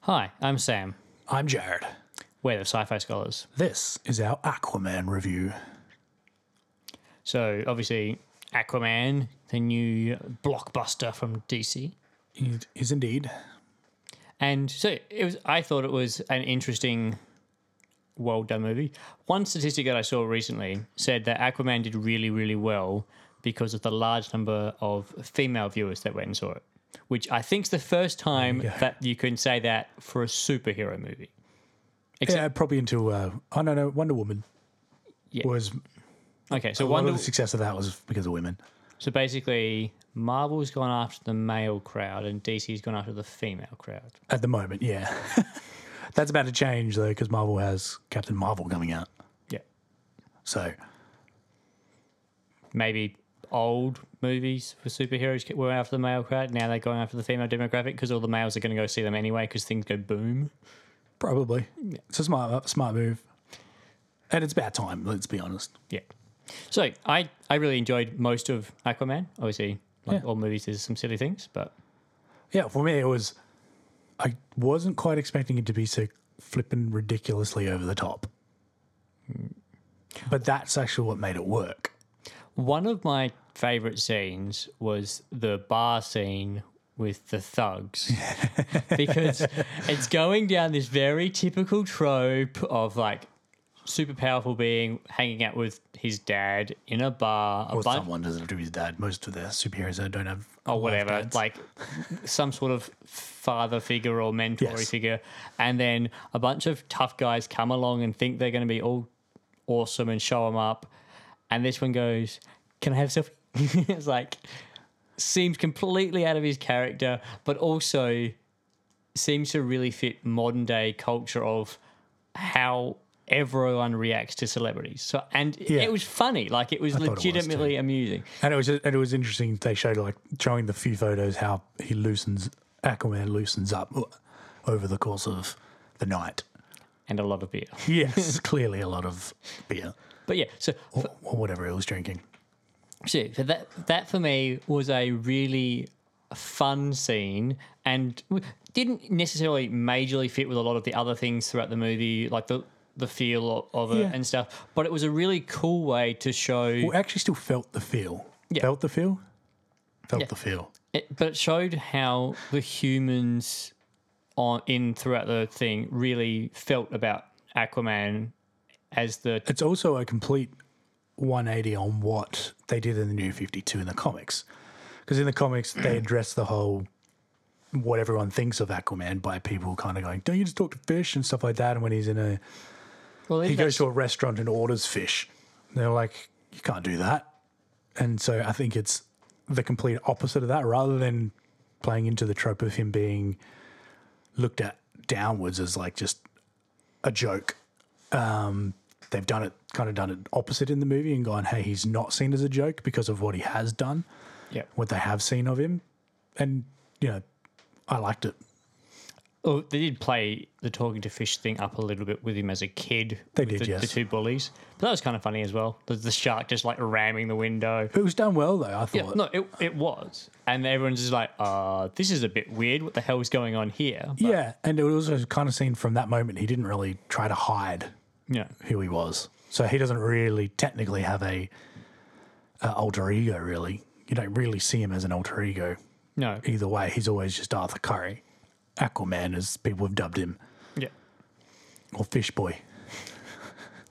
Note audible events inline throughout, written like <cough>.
Hi, I'm Sam, I'm Jared. we're the Sci Fi Scholars. This is our Aquaman review. So, obviously, Aquaman, the new blockbuster from DC. It is indeed. And so it was. I thought it was an interesting, well done movie. One statistic that I saw recently said that Aquaman did really, really well because of the large number of female viewers that went and saw it, which I think's the first time that you can say that for a superhero movie. Yeah, probably until uh, I don't know. Wonder Woman Yeah. was Okay, so a lot of Wonder. the success of that was because of women. So basically, Marvel's gone after the male crowd, and DC's gone after the female crowd. At the moment, yeah. <laughs> That's about to change though, because Marvel has Captain Marvel coming out. Yeah, So maybe old movies for superheroes were after the male crowd. Now they're going after the female demographic because all the males are going to go see them anyway because things go boom. probably it's a smart smart move, and it's about time. Let's be honest. Yeah. So I, I really enjoyed most of Aquaman. Obviously, like Yeah. all movies, there's some silly things, but Yeah, for me it was. I wasn't quite expecting it to be so flippin' ridiculously over the top, but that's actually what made it work. one of my favorite scenes was the bar scene with the thugs because it's going down this very typical trope of like super powerful being hanging out with his dad in a bar a Or bunch- someone doesn't have to be his dad. Most of the superheroes uh, don't have. or Oh, whatever, dads. like some sort of father figure or mentor Yes. figure. And then a bunch of tough guys come along and think they're going to be all awesome and show them up. And this one goes, Can I have a selfie? <laughs> it's like, seems completely out of his character, but also seems to really fit modern day culture of how everyone reacts to celebrities. So and it- Yeah. it was funny. Like it was thought it was too. legitimately amusing. and it was and it was interesting. They showed like showing the few photos how he loosens Aquaman loosens up over the course of the night. And a lot of beer. <laughs> Yes, <laughs> clearly a lot of beer But yeah, so or, or whatever he was drinking. So so that that for me was a really fun scene and w- didn't necessarily majorly fit with a lot of the other things throughout the movie, like the the feel o- of it Yeah. and stuff. But it was a really cool way to show. Well, actually, still felt the feel. Yeah. Felt the feel. Felt Yeah. the feel. It, but it showed how the humans on in throughout the thing really felt about Aquaman as the It's also a complete 180 on what they did in the New 52 in the comics, because in the comics they address the whole what everyone thinks of Aquaman by people kind of going, "Don't you just talk to fish and stuff like that?" And when he's in a well, he goes to a restaurant and orders fish. And they're like, you can't do that. And so I think it's the complete opposite of that rather than playing into the trope of him being looked at downwards as like just a joke. Um, they've done it, kind of done it opposite in the movie and gone, hey, he's not seen as a joke because of what he has done, yeah. what they have seen of him. And, you know, I liked it. Oh, they did play the talking to fish thing up a little bit with him as a kid. They with did, the, yes. The two bullies, but that was kind of funny as well. The, the shark just like ramming the window. It was done well, though, I Yeah, thought. no, it, it was, and everyone's just like, "Uh, this is a bit weird. What the hell is going on here?" But, yeah. And it was also kind of seen from that moment, he didn't really try to hide yeah, who he was. So he doesn't really technically have a, a alter ego. Really, you don't really see him as an alter ego. no, Either way, he's always just Arthur Curry, Aquaman, as people have dubbed him, yeah, or Fish Boy.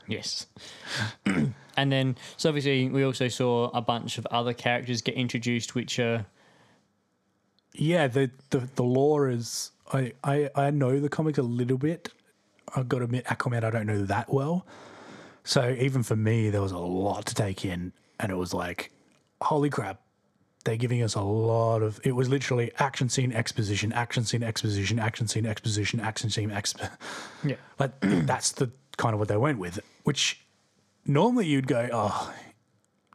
yes. <clears throat> and then, so obviously, we also saw a bunch of other characters get introduced, which are Yeah, the the, the lore is I, I I know the comics a little bit. I've got to admit, Aquaman I don't know that well. So even for me, there was a lot to take in, and it was like, holy crap, they're giving us a lot of. It was literally action scene exposition, action scene exposition, action scene exposition, action scene exp. <laughs> yeah, Like <clears throat> that's the kind of what they went with, which normally you'd go oh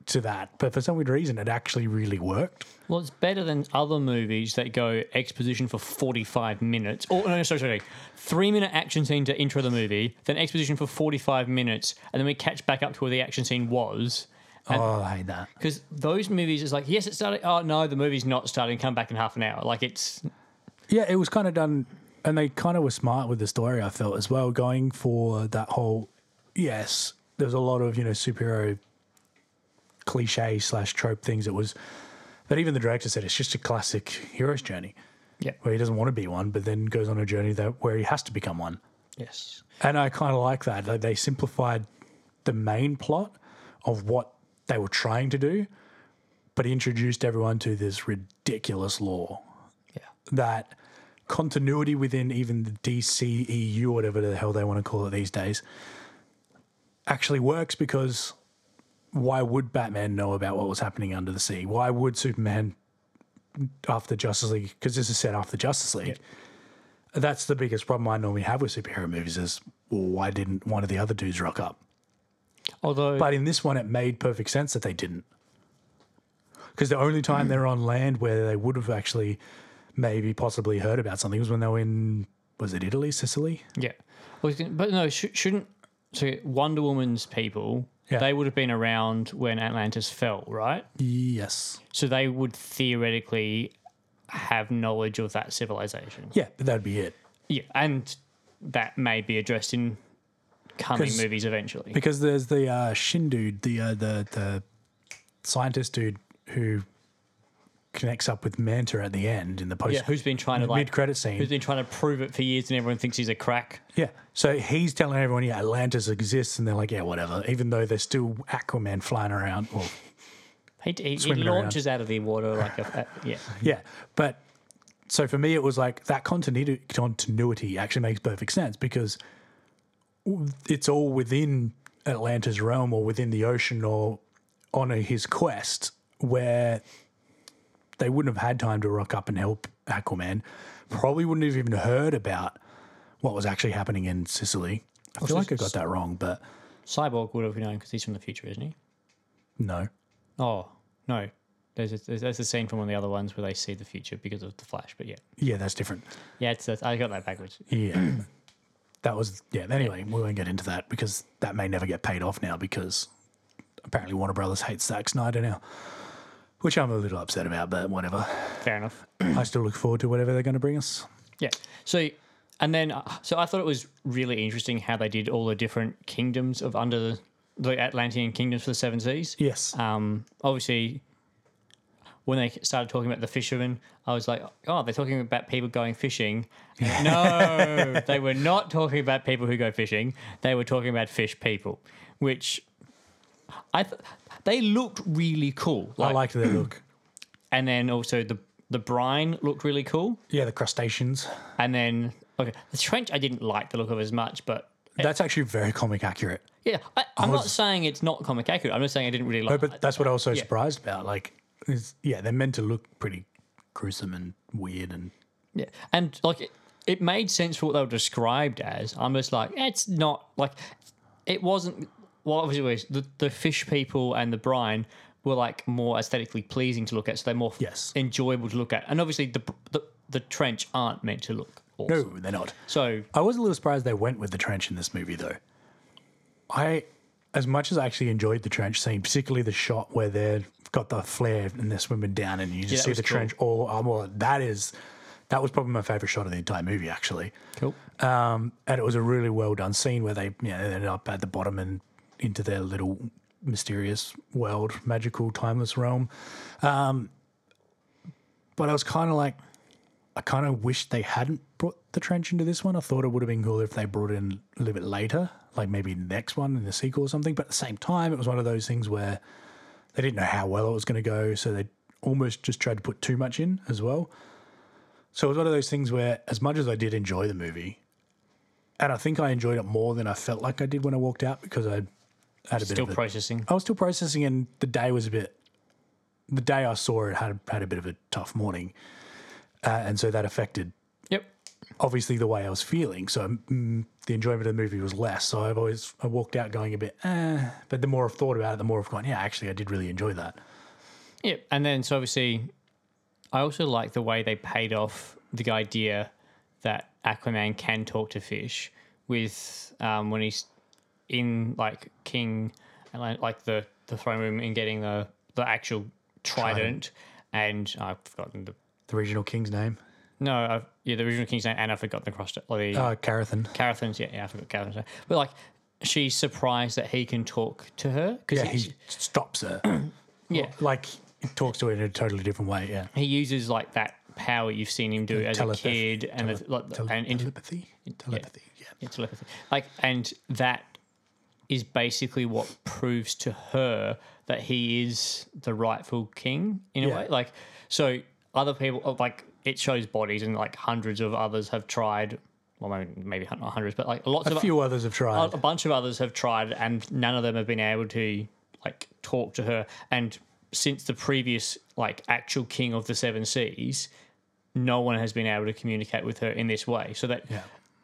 to that, but for some weird reason it actually really worked. Well, it's better than other movies that go exposition for 45 minutes. Or, no, sorry, sorry. Three minute action scene to intro the movie, then exposition for 45 minutes, and then we catch back up to where the action scene was. oh, I hate that. Because those movies is like, yes, it started. Oh, no, the movie's not starting. Come back in half an hour. Like, it's. Yeah, it was kind of done and they kind of were smart with the story. I felt as well, going for that whole yes. There's a lot of you know superhero cliche slash trope things. It was that even the director said it's just a classic hero's journey Yeah. where he doesn't want to be one, but then goes on a journey that where he has to become one. Yes. And I kind of like that. Like they simplified the main plot of what they were trying to do, but introduced everyone to this ridiculous law Yeah. that continuity within even the DCEU, whatever the hell they want to call it these days, actually works because why would Batman know about what was happening under the sea? Why would Superman after Justice League? Because this is set after Justice League. That's the biggest problem I normally have with superhero movies is well, why didn't one of the other dudes rock up? Although But in this one, it made perfect sense that they didn't. Because the only Hmm. time they were on land where they would have actually maybe possibly heard about something was when they were in, was it Italy, Sicily? Yeah, Well, it's- but no, sh- shouldn't so Wonder Woman's people? Yeah. They would have been around when Atlantis fell, right? Yes. So they would theoretically have knowledge of that civilization. Yeah, but that'd be it. Yeah, and that may be addressed in coming 'Cause- movies eventually. Because there's the uh, Shin dude, the, uh, the, the scientist dude who connects up with Manta at the end in the post yeah, who's been trying to like mid-credit scene. who's been trying to prove it for years, and everyone thinks he's a crack. Yeah. So he's telling everyone, yeah, Atlantis exists. And they're like, yeah, whatever. Even though they're still Aquaman flying around. Well, He, he, he Swimming around. launches out of the water like a yeah. yeah. But so for me, it was like that continuity, continuity actually makes perfect sense because it's all within Atlanta's realm or within the ocean or on a, his quest where they wouldn't have had time to rock up and help Aquaman. Probably wouldn't have even heard about what was actually happening in Sicily. I feel like I got that wrong, but Cyborg would have known because he's from the future, isn't he? no. Oh no, there's a, there's, there's a scene from one of the other ones where they see the future because of the Flash. But yeah, Yeah, that's different. yeah, it's, that's, I got that backwards. Yeah. <clears throat> that was, yeah. Anyway, we won't get into that because that may never get paid off now because apparently Warner Brothers hates Zack Snyder now, which I'm a little upset about, but whatever. <clears throat> Fair enough. I still look forward to whatever they're going to bring us. Yeah. So and then uh, so I thought it was really interesting how they did all the different kingdoms of under the, the Atlantean kingdoms for the Seven Seas. Yes. Um, obviously, when they started talking about the fishermen, I was like, oh, they're talking about people going fishing. no, they were not talking about people who go fishing. They were talking about fish people, which I th- they looked really cool. I liked their look. and then also the the brine looked really cool. Yeah, the crustaceans. And then okay, the trench I didn't like the look of as much, but That's actually very comic accurate. yeah, I, I'm not saying it's not comic accurate. I'm just saying I didn't really No, like. but that's what I was so Yeah. surprised about. Like, it's, yeah, they're meant to look pretty gruesome and weird and Yeah, and like it, it made sense for what they were described as. I'm just like, eh, it's not like it wasn't. Well, obviously, it was- the the fish people and the brine were like more aesthetically pleasing to look at, so they're more Yes. enjoyable to look at. And obviously, the the, the trench aren't meant to look awesome. no, they're not. So I was a little surprised they went with the trench in this movie, though. I, as much as I actually enjoyed the trench scene, particularly the shot where they've got the flare and they're swimming down, and you that just see was the cool. trench all. Um, well, that is, that was probably my favorite shot of the entire movie, actually. cool. Um, and it was a really well done scene where they, you know, they ended up at the bottom and into their little mysterious world, magical, timeless realm. Um, but I was kind of like, I kind of wish they hadn't brought the trench into this one. I thought it would have been cool if they brought it in a little bit later, like maybe next one in the sequel or something. But at the same time, it was one of those things where they didn't know how well it was going to go, so they almost just tried to put too much in as well. So it was one of those things where, as much as I did enjoy the movie, and I think I enjoyed it more than I felt like I did when I walked out because I had a bit Still of a, processing. I was still processing, and the day was a bit. The day I saw it had had a bit of a tough morning, uh, and so that affected Yep. obviously the way I was feeling. So mm, the enjoyment of the movie was less. So I've always I walked out going a bit, eh. but the more I've thought about it, the more I've gone, yeah, actually, I did really enjoy that. Yep. And then so obviously, I also like the way they paid off the idea that Aquaman can talk to fish with um, when he's in like King and like, like the the throne room and getting the the actual trident, and oh, I've forgotten the The regional king's name. No, i yeah, the original King's name, and I've forgotten the cross or the Uh, Carathan. Carathan's. Yeah, yeah, I forgot Carathan's. name. But like, she's surprised that he can talk to her because Yeah, he stops her. <clears throat> yeah, like, he talks to her in a totally different way. Yeah. he uses like that power you've seen him do as a telepathy- kid and the, like, Tele- and inter- telepathy. Telepathy. Yeah. yeah, telepathy. Like, and that is basically what proves to her that he is the rightful king in a Yeah. way. Like, so other people, oh, like, it shows bodies, and like hundreds of others have tried. Well, maybe, maybe hun- not hundreds, but like lots A of few others have a, tried. a bunch of others have tried, and none of them have been able to like talk to her. And since the previous like actual king of the seven seas, no one has been able to communicate with her in this way. So that Yeah.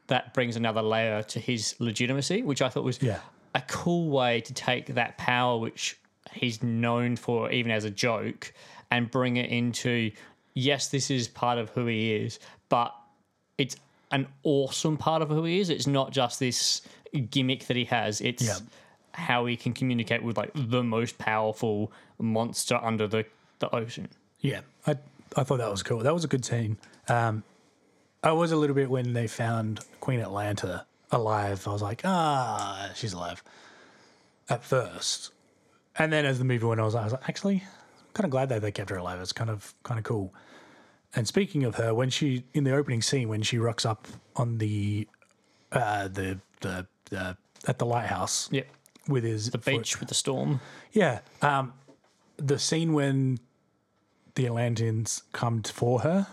that brings another layer to his legitimacy, which I thought was Yeah. a cool way to take that power, which he's known for even as a joke, and bring it into yes, this is part of who he is, but it's an awesome part of who he is. It's not just this gimmick that he has. It's Yeah. how he can communicate with like the most powerful monster under the, the ocean. Yeah, I I thought that was cool. That was a good scene. Um, I was a little bit when they found Queen Atlanta alive. I was like, ah, she's alive. At first, and then as the movie went on, I was like, I was like, actually, I'm kind of glad that they kept her alive. It's kind of kind of cool. And speaking of her, when she in the opening scene when she rocks up on the uh, the the the at the lighthouse Yep. with his The beach with the storm. yeah. Um, the scene when the Atlanteans come t- for her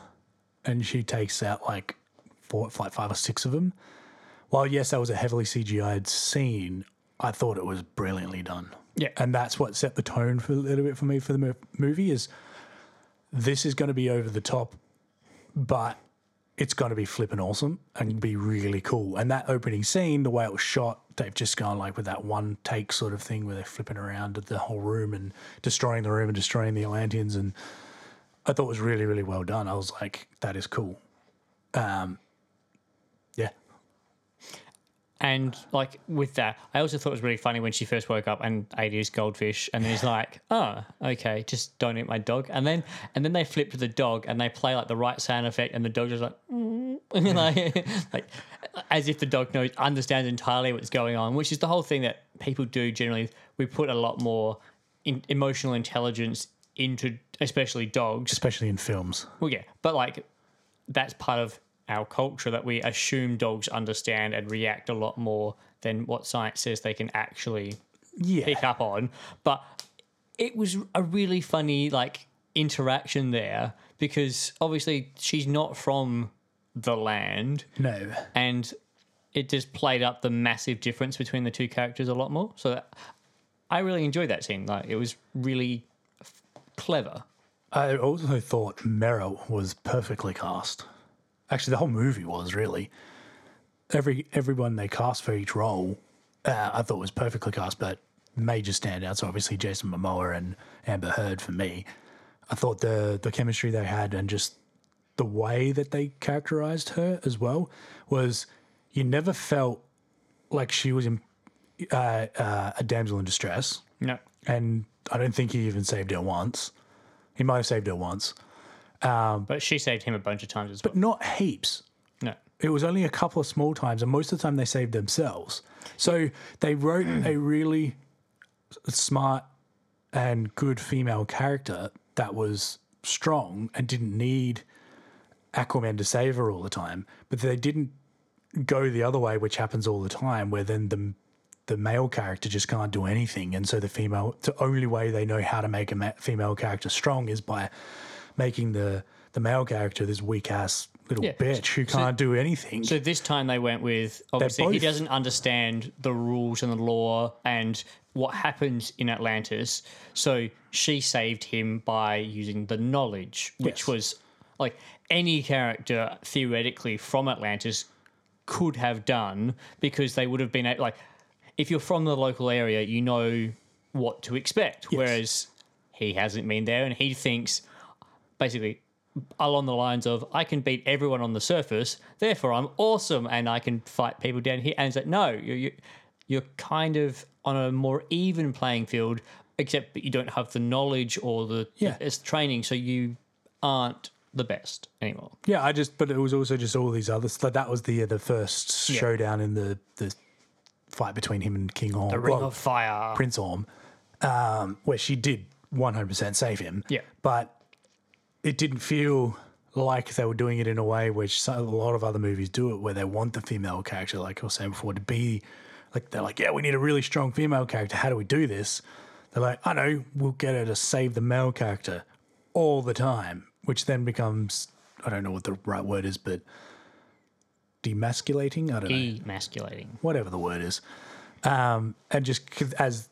and she takes out like four, like five or six of them. While, yes, that was a heavily CGI'd scene, I thought it was brilliantly done. Yeah. And that's what set the tone for a little bit for me for the mo- movie is this is going to be over the top, but it's going to be flipping awesome and be really cool. And that opening scene, the way it was shot, they've just gone like with that one take sort of thing where they're flipping around at the whole room and destroying the room and destroying the Atlanteans. And I thought it was really, really well done. I was like, that is cool. Um, yeah. And like with that, I also thought it was really funny when she first woke up and ate his goldfish, and then he's like, "Oh, okay, just don't eat my dog." And then and then they flip to the dog and they play like the right sound effect, and the dog just like, <laughs> "Mm," like, <laughs> like as if the dog knows understands entirely what's going on, which is the whole thing that people do generally. We put a lot more in, emotional intelligence into, especially dogs. Especially in films. Well, yeah, but like that's part of our culture that we assume dogs understand and react a lot more than what science says they can actually Yeah. pick up on. But it was a really funny like interaction there because obviously she's not from the land No. and it just played up the massive difference between the two characters a lot more. So that, I really enjoyed that scene. Like it was really f- clever. I also thought Meryl was perfectly cast. Actually, the whole movie was really. Every everyone they cast for each role, uh, I thought was perfectly cast, but major standouts. So obviously, Jason Momoa and Amber Heard for me. I thought the the chemistry they had and just the way that they characterized her as well was you never felt like she was in, uh, uh, a damsel in distress No, and I don't think he even saved her once. He might have saved her once, but she saved him a bunch of times as well. but not heaps. No. It was only a couple of small times, and most of the time they saved themselves. So they wrote a really s- smart and good female character that was strong and didn't need Aquaman to save her all the time. But they didn't go the other way, which happens all the time, where then the the male character just can't do anything, and so the female. The only way they know how to make a ma- female character strong is by making the the male character this weak ass little Yeah. bitch who can't do anything. So this time they went with obviously he both- doesn't understand the rules and the law and what happens in Atlantis. So she saved him by using the knowledge, which Yes. was like any character theoretically from Atlantis could have done because they would have been a- like if you're from the local area, you know what to expect. Whereas he hasn't been there and he thinks basically along the lines of I can beat everyone on the surface, therefore I'm awesome and I can fight people down here. And it's like, no, you, you, you're kind of on a more even playing field, except that you don't have the knowledge or the Yeah. it's training, so you aren't the best anymore. Yeah, I just, but it was also just all these others. Like that was the uh, the first Yeah. showdown in the the fight between him and King Orm, The Ring well, of Fire. Prince Orm, um, where she did one hundred percent save him. Yeah. but it didn't feel like they were doing it in a way which so- a lot of other movies do it, where they want the female character, like I was saying before, to be like they're like, yeah, we need a really strong female character. How do we do this? They're like, I know, we'll get her to save the male character all the time, which then becomes I don't know what the right word is, but demasculating. I don't know Emasculating. whatever the word is, um, and just c- as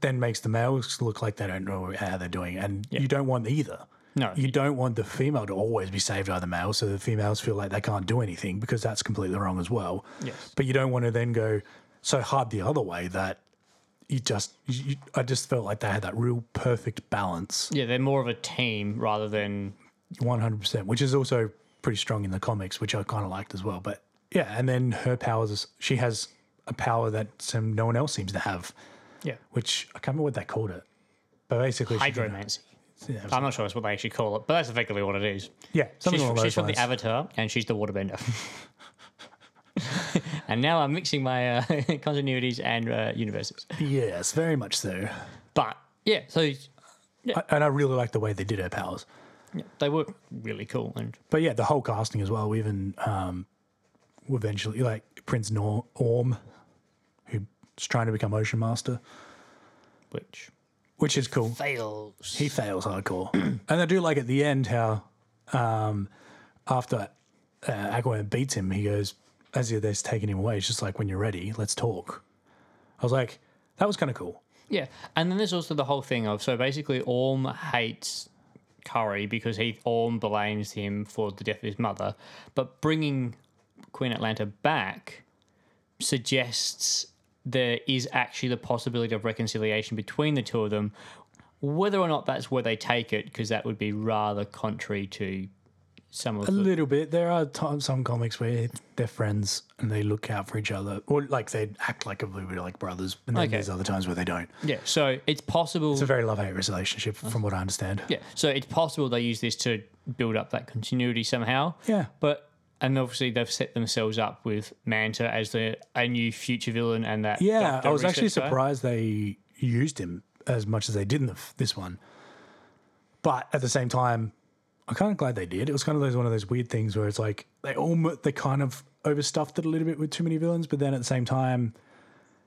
then makes the males look like they don't know how they're doing, and you don't want either. No. You don't want the female to always be saved by the male, so the females feel like they can't do anything because that's completely wrong as well. Yes. But you don't want to then go so hard the other way that you just. You, you- I just felt like they had that real perfect balance, Yeah, they're more of a team rather than one hundred percent, which is also pretty strong in the comics, which I kind of liked as well. But yeah, and then her powers, is- she has a power that some no one else seems to have. yeah which I can't remember what they called it. But basically, she can- hydromancy. yeah, it was- I'm not sure that's what they actually call it, but that's effectively what it is. yeah, something She's, along those she's from the lines. Avatar, and she's the Waterbender. <laughs> and now I'm mixing my uh, <laughs> continuities and uh, universes. yes, very much so. But yeah, so I, and I really like the way they did her powers. they were really cool, and But yeah, the whole casting as well. Even um, eventually, like Prince Nor- Orm, who's trying to become Ocean Master, which which is cool. fails. He fails hardcore, <clears throat> and I do like at the end how um, after uh, Aquaman beats him, he goes as they're taking him away. It's just like when you're ready, let's talk. I was like, that was kind of cool. Yeah, and then there's also the whole thing of so basically Orm hates Curry because he Orm blames him for the death of his mother, but bringing Queen Atlanta back suggests there is actually the possibility of reconciliation between the two of them. Whether or not that's where they take it, because that would be rather contrary to some of the A little bit. There are times some comics where they're friends and they look out for each other, or like they act like a little bit like brothers, and then Okay. there's other times where they don't. yeah. So it's possible. It's a very love hate relationship, from what I understand. Yeah, so it's possible they use this to build up that continuity somehow. Yeah. but and obviously they've set themselves up with Manta as the a new future villain, and that Yeah, Dr. I was actually Research guy. surprised they used him as much as they did in the, f- this one. But at the same time, I'm kind of glad they did. It was kind of those one of those weird things where it's like they almost they kind of overstuffed it a little bit with too many villains, but then at the same time,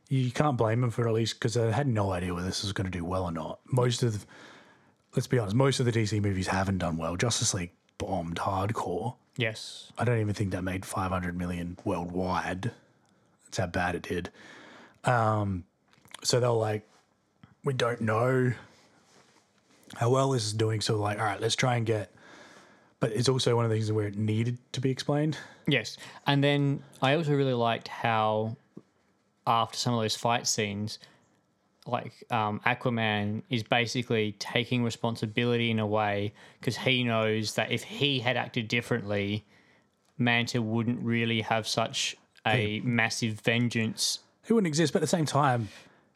you can't blame them for at least because they had no idea whether this was going to do well or not. Most of, let's be honest, most of the DC movies haven't done well. Justice League bombed hardcore. Yes, I don't even think that made 500 million worldwide. That's how bad it did. Um, so they were like, we don't know how well this is doing. So like, all right, let's try and get. But it's also one of the things where it needed to be explained. yes, and then I also really liked how after some of those fight scenes, like um, Aquaman is basically taking responsibility in a way because he knows that if he had acted differently, Manta wouldn't really have such a massive vengeance It wouldn't exist. But at the same time,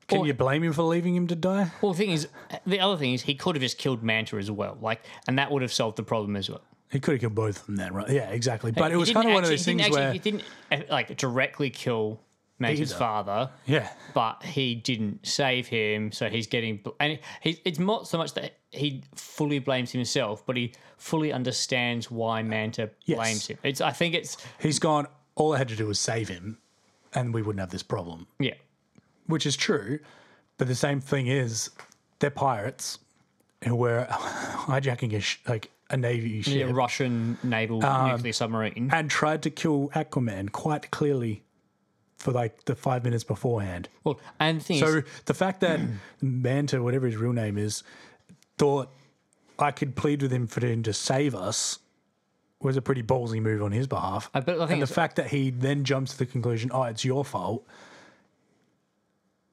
can Or- you blame him for leaving him to die? Well, the thing is, the other thing is, he could have just killed Manta as well, like, and that would have solved the problem as well. He could have killed both of them then, right? Yeah, exactly. But it He was didn't kind of one of actually- those he didn't things actually- where, he didn't uh, like directly kill Manta's Either. father, yeah, but he didn't save him, so he's getting. bl- And he, it's not so much that he fully blames himself, but he fully understands why Manta Yes. blames him. It's, I think it's, he's gone. All I had to do was save him, and we wouldn't have this problem. yeah, which is true. But the same thing is, they're pirates who were <laughs> hijacking a sh- like a navy the ship Russian naval Um, nuclear submarine. and tried to kill Aquaman quite clearly for like the five minutes beforehand. Well, and the thing is, So the <clears throat> fact that Manta, whatever his real name is, thought I could plead with him for him to save us was a pretty ballsy move on his behalf. I, but I think and the it's- fact that he then jumps to the conclusion, "Oh, it's your fault,"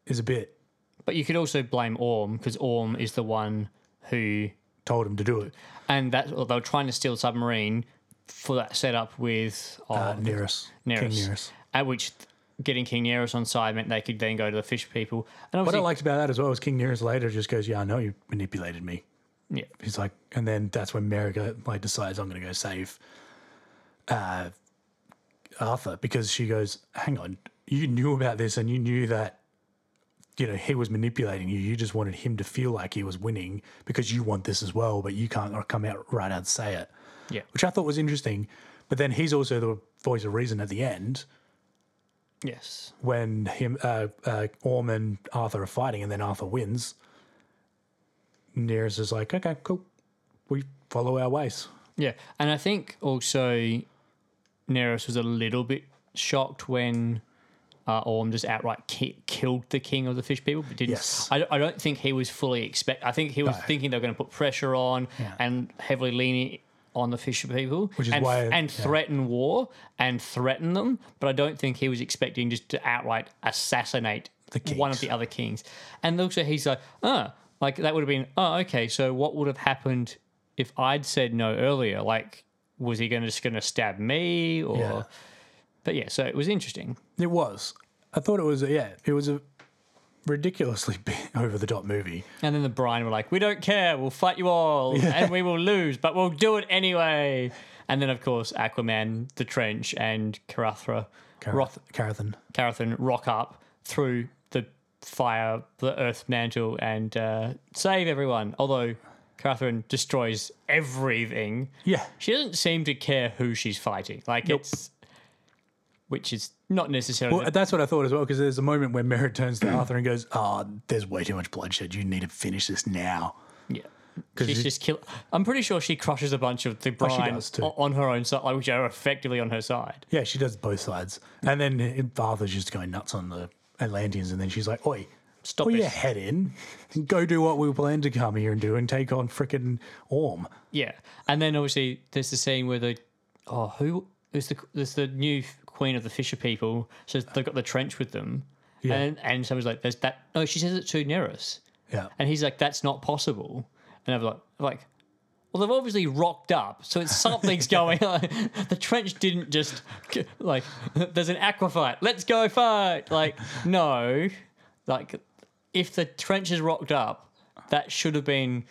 is a bit but you could also blame Orm because Orm is the one who told him to do it. and that or they were trying to steal the submarine for that setup with oh, Uh, Nerys. King Nerys. Nerys. at which th- getting King Nerys on side meant they could then go to the fish people. And What I obviously, liked about that as well is King Nerys later just goes, Yeah, I know you manipulated me. Yeah. He's like, and then that's when Merrick like decides I'm going to go save uh, Arthur because she goes, "Hang on, you knew about this and you knew that you know he was manipulating you. You just wanted him to feel like he was winning because you want this as well, but you can't come out right out and say it." Yeah. Which I thought was interesting, but then he's also the voice of reason at the end Yes. when him uh, uh, Orm and Arthur are fighting, and then Arthur wins. Nereus is like, okay, cool, we follow our ways. Yeah, and I think also Nereus was a little bit shocked when uh, Orm just outright ki- killed the king of the fish people, but didn't. Yes. I, don't- I don't think he was fully expect. I think he was No. thinking they were going to put pressure on Yeah. and heavily leaning on the fish people, Which is and, why- and yeah. threaten war and threaten them. But I don't think he was expecting just to outright assassinate The one of kings. the other kings. And also, he's like, oh, like that would have been, oh, okay. So what would have happened if I'd said no earlier? Like, was he going to just going to stab me or? Yeah. But yeah, so it was interesting. It was. I thought it was. Yeah, it was a ridiculously <laughs> over the top movie. And then the Brian were like, we don't care. We'll fight you all, and we will <laughs> lose, but we'll do it anyway. And then of course Aquaman, the Trench, and Carathra, Roth, Carathan. Carathan rock up through the fire, the earth mantle, and uh, save everyone. Although Carathan destroys everything, Yeah, she doesn't seem to care who she's fighting. Like it's, which is not necessarily. well, that's what I thought as well. Because there's a moment where Merritt turns to Arthur and goes, "Ah, there's way too much bloodshed. You need to finish this now." yeah. 'Cause She's she- Oh, just kill. I'm pretty sure she crushes a bunch of the brine does too. o- on her own side, like, which are effectively on her side. Yeah, she does both sides, and then it- Arthur's just going nuts on the Atlanteans, and then she's like, "Oi." Stop Put it. your Oh, head in and go do what we plan to come here and do and take on frickin' Orm. Yeah, and then obviously there's the scene where the oh who is the there's the new queen of the fisher people. So they've got the trench with them, and and someone's like, "There's that." No, she says it to Nerus, Yeah. and he's like, "That's not possible." And I'm like, I'm like, well, they've obviously rocked up, so it's <laughs> something's going on. The trench didn't just like there's an aqua fight. Let's go fight. Like no, like if the trench is rocked up, that should have been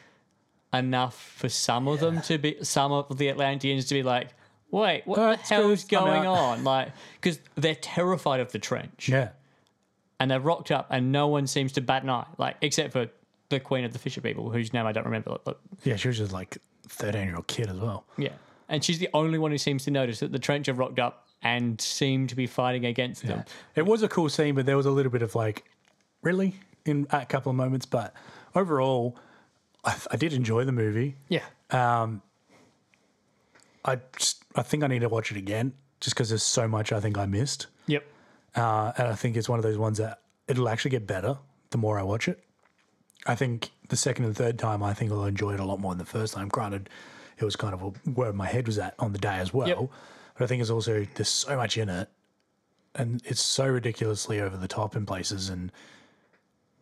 enough for some of them to be some of the Atlanteans to be like, wait, what Alright, the hell screw is this, I'm going out." on? Like, because they're terrified of the trench, Yeah. and they've rocked up, and no one seems to bat an eye, like except for the Queen of the Fisher people, whose name I don't remember. but- Yeah, she was just like 13 year old kid as well. yeah, and she's the only one who seems to notice that the trench have rocked up and seem to be fighting against them. It was a cool scene, but there was a little bit of like, really? In a couple of moments. But overall, I, I did enjoy the movie. Yeah, I, just, I think I need to watch it again just because there's so much I think I missed. yep, Uh, and I think it's one of those ones that it'll actually get better the more I watch it. I think the second and third time, I think I'll enjoy it a lot more than the first time. Granted, it was kind of where my head was at on the day as well. Yep. But I think it's also, there's so much in it and it's so ridiculously over the top in places. And,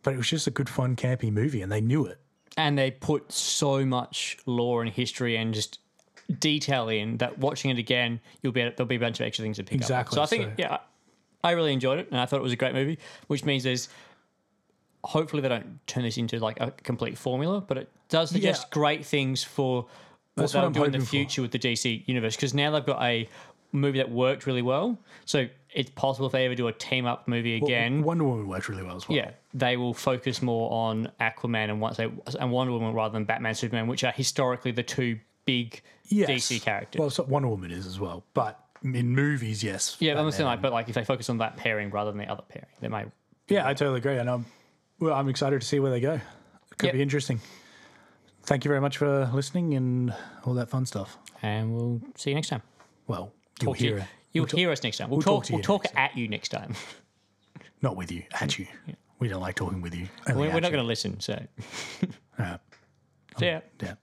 but it was just a good, fun, campy movie and they knew it. and they put so much lore and history and just detail in that watching it again, you'll be there'll be a bunch of extra things to pick Exactly, up. on. So I so- think yeah, I I really enjoyed it, and I thought it was a great movie. Which means there's hopefully they don't turn this into like a complete formula, but it does suggest Yeah. great things for what That's what they'll I'm do in the hoping for. future with the DC universe because now they've got a movie that worked really well. So it's possible if they ever do a team up movie again, Wonder Woman worked really well as well. yeah, they will focus more on Aquaman and once they, and Wonder Woman rather than Batman, Superman, which are historically the two big Yes. DC characters. Well, so Wonder Woman is as well. But in movies, yes. yeah, but I'm Batman saying like, but like if they focus on that pairing rather than the other pairing, they may. Yeah, I totally agree, and I'm well. I'm excited to see where they go. It could Yep. be interesting. Thank you very much for listening and all that fun stuff. And we'll see you next time. Well, you'll Talk to you- hear it, You'll hear us next time. We'll, talk. talk to we'll you talk at you next time. not with you, at you. We don't like talking with you. only We're, we're at not you. <laughs> going to listen. So All right. yeah. Yeah.